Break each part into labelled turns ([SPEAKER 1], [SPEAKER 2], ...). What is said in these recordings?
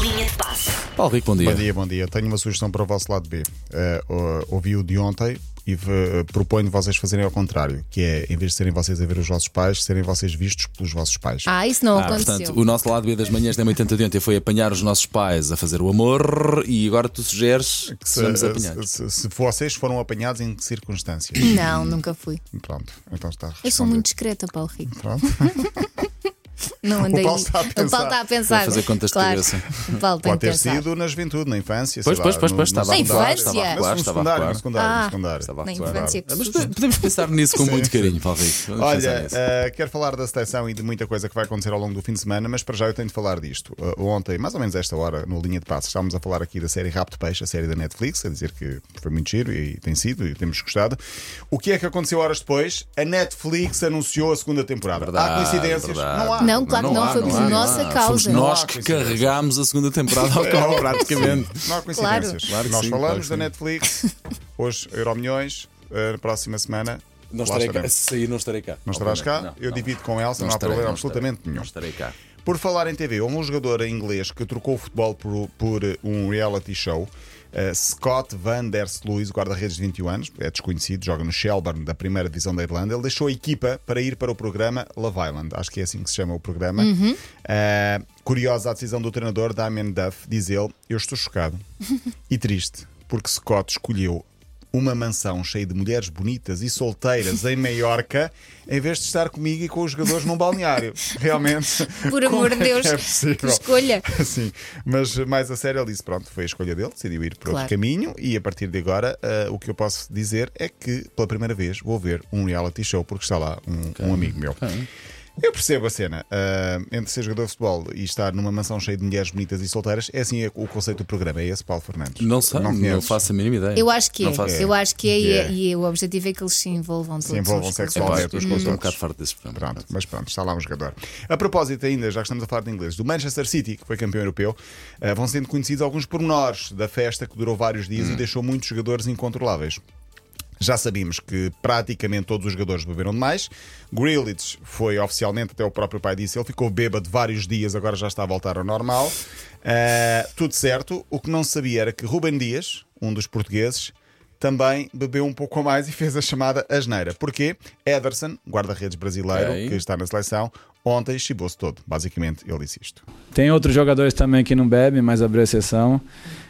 [SPEAKER 1] Linha de passe.
[SPEAKER 2] Paulo Rico, bom dia.
[SPEAKER 3] Bom dia, bom dia. Tenho uma sugestão para o vosso lado B. Eh, o- ouvi o de ontem e v- proponho vocês fazerem ao contrário, que é, em vez de serem vocês a ver os vossos pais, serem vocês vistos pelos vossos pais.
[SPEAKER 4] Ah, isso não
[SPEAKER 2] Ah,
[SPEAKER 4] aconteceu.
[SPEAKER 2] portanto, o nosso lado B das manhãs da 80 de ontem foi apanhar os nossos pais a fazer o amor e agora tu sugeres que sejamos
[SPEAKER 3] se, eh,
[SPEAKER 2] apanhados.
[SPEAKER 3] se- se vocês foram apanhados em que circunstâncias?
[SPEAKER 4] Não, nunca fui.
[SPEAKER 3] Pronto, então está
[SPEAKER 4] Eu sou muito discreta, Paulo Rico.
[SPEAKER 3] Pronto.
[SPEAKER 4] Não andei.
[SPEAKER 3] Paulo está a
[SPEAKER 4] o Paulo está
[SPEAKER 3] pensar.
[SPEAKER 4] a pensar.
[SPEAKER 2] Vai fazer contas de
[SPEAKER 4] claro.
[SPEAKER 2] cabeça.
[SPEAKER 4] O Paulo tem
[SPEAKER 3] Pode
[SPEAKER 4] que
[SPEAKER 3] ter
[SPEAKER 4] pensar.
[SPEAKER 3] sido na juventude, na infância.
[SPEAKER 2] Pois,
[SPEAKER 3] sei
[SPEAKER 2] pois,
[SPEAKER 3] lá,
[SPEAKER 2] pois,
[SPEAKER 3] no-
[SPEAKER 2] pois, estava
[SPEAKER 3] no
[SPEAKER 2] a
[SPEAKER 3] secundário.
[SPEAKER 2] recuar,
[SPEAKER 4] infância.
[SPEAKER 2] estava a
[SPEAKER 3] Mas
[SPEAKER 2] recuar,
[SPEAKER 3] no
[SPEAKER 2] estava a
[SPEAKER 3] secundário,
[SPEAKER 2] recuar.
[SPEAKER 3] no secundário, no
[SPEAKER 4] Ah,
[SPEAKER 3] secundário.
[SPEAKER 2] Estava a
[SPEAKER 4] Na
[SPEAKER 2] recuar.
[SPEAKER 4] infância que
[SPEAKER 2] Ah, Mas
[SPEAKER 4] susto.
[SPEAKER 2] podemos pensar nisso com muito carinho, Paulo Rico. Vamos pensar
[SPEAKER 3] Olha,
[SPEAKER 2] nisso.
[SPEAKER 3] eh, quero falar da seleção e de muita coisa que vai acontecer ao longo do fim de semana, mas para já eu tenho de falar disto. Eh, ontem, mais ou menos a esta hora, no Linha de Passos, estávamos a falar aqui da série Rapto Peixe, a série da Netflix, a dizer que foi muito giro e tem sido e temos gostado. O que é que aconteceu horas depois? A Netflix anunciou a segunda temporada. há
[SPEAKER 2] Verdade,
[SPEAKER 3] coincidências?
[SPEAKER 2] verdade.
[SPEAKER 3] Não há.
[SPEAKER 4] Não, claro que não,
[SPEAKER 2] há,
[SPEAKER 4] foi por
[SPEAKER 2] há,
[SPEAKER 4] nossa
[SPEAKER 2] não há.
[SPEAKER 4] causa.
[SPEAKER 2] Fomos nós
[SPEAKER 3] Não há
[SPEAKER 2] que
[SPEAKER 3] coincidência.
[SPEAKER 2] carregámos a segunda temporada
[SPEAKER 3] É,
[SPEAKER 2] ao colo, praticamente.
[SPEAKER 3] Não há coincidências.
[SPEAKER 4] Claro.
[SPEAKER 2] Claro que
[SPEAKER 3] Nós
[SPEAKER 2] sim, claro
[SPEAKER 3] falamos
[SPEAKER 2] que
[SPEAKER 3] da
[SPEAKER 2] sim.
[SPEAKER 3] Netflix, hoje Euromilhões, eh, na próxima semana.
[SPEAKER 2] Não
[SPEAKER 3] lá
[SPEAKER 2] estarei cá.
[SPEAKER 3] estaremos.
[SPEAKER 2] A sair, não estarei cá.
[SPEAKER 3] Não estarás cá?
[SPEAKER 2] Obviamente,
[SPEAKER 3] eu
[SPEAKER 2] não.
[SPEAKER 3] divido com Elsa, não, há
[SPEAKER 2] estarei,
[SPEAKER 3] problema
[SPEAKER 2] não
[SPEAKER 3] absolutamente
[SPEAKER 2] estarei.
[SPEAKER 3] nenhum.
[SPEAKER 2] Não estarei cá.
[SPEAKER 3] Por falar em TV, houve um jogador em inglês que trocou o futebol por, por um reality show. Uh, Scott Van Der Sluis, guarda-redes de 21 anos, é desconhecido, joga no Shelburne da primeira divisão da Irlanda. Ele deixou a equipa para ir para o programa Love Island, acho que é assim que se chama o programa. Uh, curiosa a decisão do treinador Damien Duff, diz ele: Eu estou chocado e triste porque Scott escolheu uma mansão cheia de mulheres bonitas e solteiras em Maiorca, em vez de estar comigo e com os jogadores num balneário. Realmente.
[SPEAKER 4] Por amor de
[SPEAKER 3] como é que
[SPEAKER 4] Deus,
[SPEAKER 3] é
[SPEAKER 4] que
[SPEAKER 3] possível?
[SPEAKER 4] escolha.
[SPEAKER 3] Sim, mas mais a sério, ele disse: pronto, foi a escolha dele, decidiu ir por
[SPEAKER 4] Claro.
[SPEAKER 3] outro caminho e a partir de agora ah, o que eu posso dizer é que pela primeira vez vou ver um reality show porque está lá um, um amigo meu. Eu percebo a cena. ah, entre ser jogador de futebol e estar numa mansão cheia de mulheres bonitas e solteiras, é assim o conceito do programa. É esse, Paulo Fernandes.
[SPEAKER 2] Não sei, não,
[SPEAKER 3] conheces?
[SPEAKER 2] faço a mínima ideia.
[SPEAKER 4] Eu acho que é.
[SPEAKER 2] Não faço.
[SPEAKER 4] Eu acho que é, e-
[SPEAKER 3] Yeah.
[SPEAKER 4] e, o objetivo é que eles se envolvam todos.
[SPEAKER 3] Se envolvam
[SPEAKER 4] uns
[SPEAKER 2] É
[SPEAKER 4] com os
[SPEAKER 2] pá,
[SPEAKER 3] sexualmente.
[SPEAKER 2] eu
[SPEAKER 3] uns com
[SPEAKER 2] estou
[SPEAKER 3] os
[SPEAKER 2] um
[SPEAKER 3] outros.
[SPEAKER 2] bocado farto desse programa.
[SPEAKER 3] Pronto, mas pronto, está lá um jogador. A propósito, ainda, já que estamos a falar de inglês, do Manchester City, que foi campeão europeu, eh, vão sendo conhecidos alguns pormenores da festa que durou vários dias e deixou muitos jogadores incontroláveis. Já sabíamos que praticamente todos os jogadores beberam demais. Grealish foi oficialmente, até o próprio pai disse, ele ficou bêbado vários dias, agora já está a voltar ao normal. Eh, tudo certo. O que não se sabia era que Ruben Dias, um dos portugueses, também bebeu um pouco a mais e fez a chamada asneira. Porquê? Ederson, guarda-redes brasileiro,
[SPEAKER 2] Ok.
[SPEAKER 3] que está na seleção, ontem chibou-se todo. Basicamente, ele disse isto.
[SPEAKER 5] Tem outros jogadores também que não bebem, mas abriu exceção.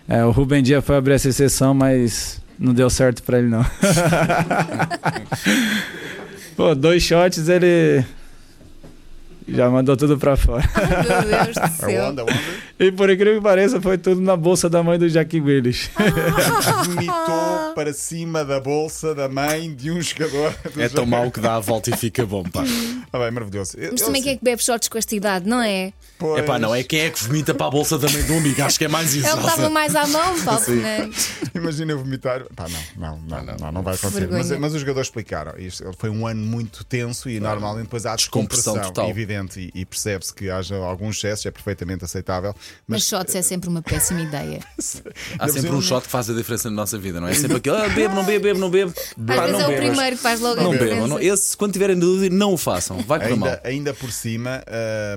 [SPEAKER 5] É, o Rubem Dias foi abrir essa exceção, mas não deu certo pra ele não. Pô, dois shots ele já mandou tudo pra fora.
[SPEAKER 4] Meu Deus do
[SPEAKER 3] A
[SPEAKER 4] céu.
[SPEAKER 3] onda, a onda,
[SPEAKER 5] E por incrível que pareça, foi tudo na bolsa da mãe do Jack Grealish.
[SPEAKER 3] vomitou para cima da bolsa da mãe de um jogador. do
[SPEAKER 2] É tão
[SPEAKER 3] jogo.
[SPEAKER 2] mau que dá a volta e fica bom, pá.
[SPEAKER 3] Ah, bem, maravilhoso.
[SPEAKER 4] Mas também quem é que bebe shots com esta idade, não é?
[SPEAKER 2] É pá, não, é quem é que vomita para a bolsa também do amigo. Acho que é mais isso.
[SPEAKER 4] Ele estava
[SPEAKER 2] Elsa.
[SPEAKER 4] mais à mão, Paulo Fernandes.
[SPEAKER 3] Imagina eu vomitar. Pá, não, não, não, não, não, vai acontecer.
[SPEAKER 4] Vergonha.
[SPEAKER 3] Mas, mas os jogadores explicaram. Isto foi um ano muito tenso e normalmente depois há
[SPEAKER 2] Descompressão
[SPEAKER 3] descompressão, é
[SPEAKER 2] total.
[SPEAKER 3] evidente e, e percebe-se que haja alguns excessos, é perfeitamente aceitável.
[SPEAKER 4] Mas
[SPEAKER 3] Mas,
[SPEAKER 4] shots é sempre uma péssima ideia.
[SPEAKER 2] Há sempre
[SPEAKER 3] Deve
[SPEAKER 2] um
[SPEAKER 3] ser
[SPEAKER 2] shot que faz a diferença na nossa vida, não é? É sempre aquele, ah, bebo, não bebo, bebo, não bebo.
[SPEAKER 4] Às
[SPEAKER 2] Pá,
[SPEAKER 4] vezes
[SPEAKER 2] não
[SPEAKER 4] é o
[SPEAKER 2] bebas.
[SPEAKER 4] primeiro que faz logo a
[SPEAKER 2] Não
[SPEAKER 4] diferença.
[SPEAKER 2] bebam. não- Esse, quando tiverem dúvida, não o façam. Vai correr mal.
[SPEAKER 3] ainda, ainda por cima,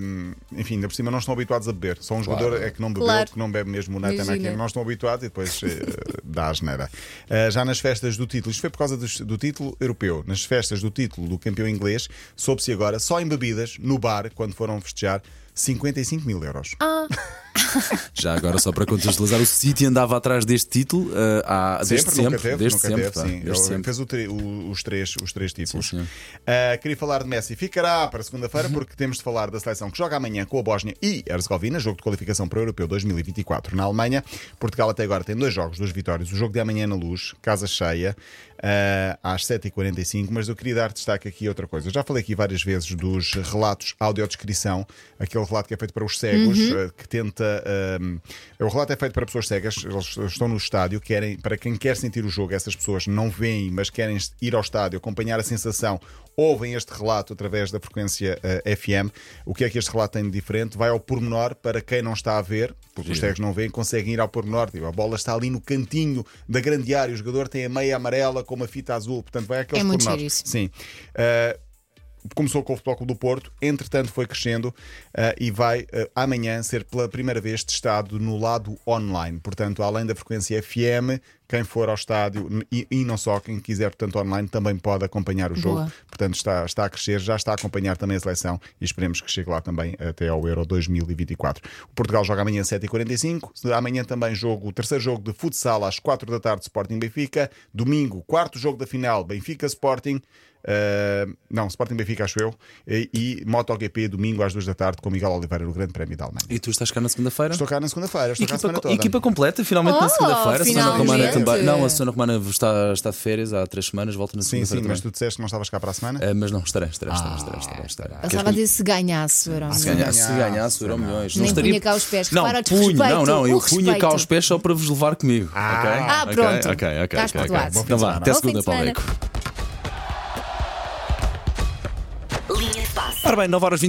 [SPEAKER 3] hum, enfim, ainda por cima não estão habituados a beber. Só um jogador é que não bebeu,
[SPEAKER 4] Claro.
[SPEAKER 3] que não bebe mesmo o Nathan
[SPEAKER 4] Imagina.
[SPEAKER 3] Akin. Não estão habituados e depois eh, dá asneira. Eh, já nas festas do título, isto foi por causa dos- do título europeu, nas festas do título do campeão inglês, soube-se agora, só em bebidas, no bar, quando foram festejar, 55 mil euros.
[SPEAKER 4] Ah,
[SPEAKER 2] Já agora, só para contextualizar, o City andava atrás deste título ah, há, desde sempre.
[SPEAKER 3] nunca teve,
[SPEAKER 2] desde
[SPEAKER 3] nunca
[SPEAKER 2] sempre,
[SPEAKER 3] teve,
[SPEAKER 2] pá,
[SPEAKER 3] sim.
[SPEAKER 2] desde
[SPEAKER 3] Ele
[SPEAKER 2] sempre.
[SPEAKER 3] Fez o tri- o- os, três, os três títulos.
[SPEAKER 2] senhor.
[SPEAKER 3] Ah, queria falar de Messi. Ficará para segunda-feira
[SPEAKER 2] Uhum.
[SPEAKER 3] porque temos de falar da seleção que joga amanhã com a Bósnia e Herzegovina, jogo de qualificação para o Europeu 2024 na Alemanha. Portugal até agora tem dois jogos, duas vitórias. O jogo de amanhã na luz, casa cheia, ah, às 7h45. Mas eu queria dar destaque aqui a outra coisa. Eu já falei aqui várias vezes dos relatos audiodescrição, aquele relato que é feito para os cegos,
[SPEAKER 2] Uhum.
[SPEAKER 3] ah, que tenta. ah, o relato é feito para pessoas cegas, eles estão no estádio, querem, para quem quer sentir o jogo, essas pessoas não veem, mas querem ir ao estádio, acompanhar a sensação, ouvem este relato através da frequência ah, FM. O que é que este relato tem de diferente? Vai ao pormenor para quem não está a ver, porque os cegos não veem, conseguem ir ao pormenor. Tipo, a bola está ali no cantinho da grande área, o jogador tem a meia amarela com uma fita azul, portanto vai àqueles
[SPEAKER 4] É muito
[SPEAKER 3] pormenores.
[SPEAKER 4] giro isso.
[SPEAKER 3] Sim. Ah, começou com o Futebol Clube do Porto, entretanto foi crescendo ah, e vai ah, amanhã ser pela primeira vez testado no lado online. Portanto, além da frequência FM, quem for ao estádio e, e não só, quem quiser, portanto, online também pode acompanhar o jogo.
[SPEAKER 4] Boa.
[SPEAKER 3] Portanto, está, está a crescer, já está a acompanhar também a seleção e esperemos que chegue lá também até ao Euro 2024. O Portugal joga amanhã 7h45, amanhã também jogo o terceiro jogo de futsal às 4 da tarde, Sporting Benfica, domingo, quarto jogo da final, Benfica Sporting. eh, não, Sporting Benfica, acho eu, e, e MotoGP domingo às 2 da tarde com Miguel Oliveira no Grande Prémio da Alemanha.
[SPEAKER 2] E tu estás cá na segunda-feira?
[SPEAKER 3] Estou cá na segunda-feira, estou cá a semana
[SPEAKER 2] Equipa,
[SPEAKER 3] toda.
[SPEAKER 2] equipa completa, finalmente na
[SPEAKER 4] Oh,
[SPEAKER 2] segunda-feira. A Susana Romana
[SPEAKER 4] finalmente.
[SPEAKER 2] também. Não, a Susana Romana está, está de férias há três semanas, volta na
[SPEAKER 3] Sim,
[SPEAKER 2] segunda-feira.
[SPEAKER 3] sim, mas
[SPEAKER 2] também.
[SPEAKER 3] tu Ah, disseste que não estavas cá para a semana?
[SPEAKER 2] Ah, mas não, estarei, estarei, estarei, estarei, estarei, estarei.
[SPEAKER 4] Eu
[SPEAKER 2] Queres
[SPEAKER 4] estava a
[SPEAKER 2] que- Ah,
[SPEAKER 4] dizer se ganhasse o Euro
[SPEAKER 2] Se
[SPEAKER 4] Milhões.
[SPEAKER 3] ganhar.
[SPEAKER 2] ganhasse, se ganhasse, eram milhões. Não
[SPEAKER 4] Nem
[SPEAKER 2] estaria-
[SPEAKER 4] punha cá os pés,
[SPEAKER 2] Não,
[SPEAKER 4] repara o
[SPEAKER 2] punho, não, não,
[SPEAKER 4] desrespeito,
[SPEAKER 2] eu
[SPEAKER 4] o
[SPEAKER 2] punha cá
[SPEAKER 4] respeito.
[SPEAKER 2] os pés só para vos levar comigo.
[SPEAKER 3] Ah.
[SPEAKER 2] ok?
[SPEAKER 4] Ah, pronto.
[SPEAKER 2] Ok, ok, ok.
[SPEAKER 4] Estás
[SPEAKER 2] ok, ok.
[SPEAKER 4] perdoado.
[SPEAKER 2] Então vá, até
[SPEAKER 4] Bom fim de
[SPEAKER 2] segunda, Paulo
[SPEAKER 4] semana.
[SPEAKER 2] Eco.
[SPEAKER 1] Linha de passe.
[SPEAKER 2] Ora bem, 9 horas 20.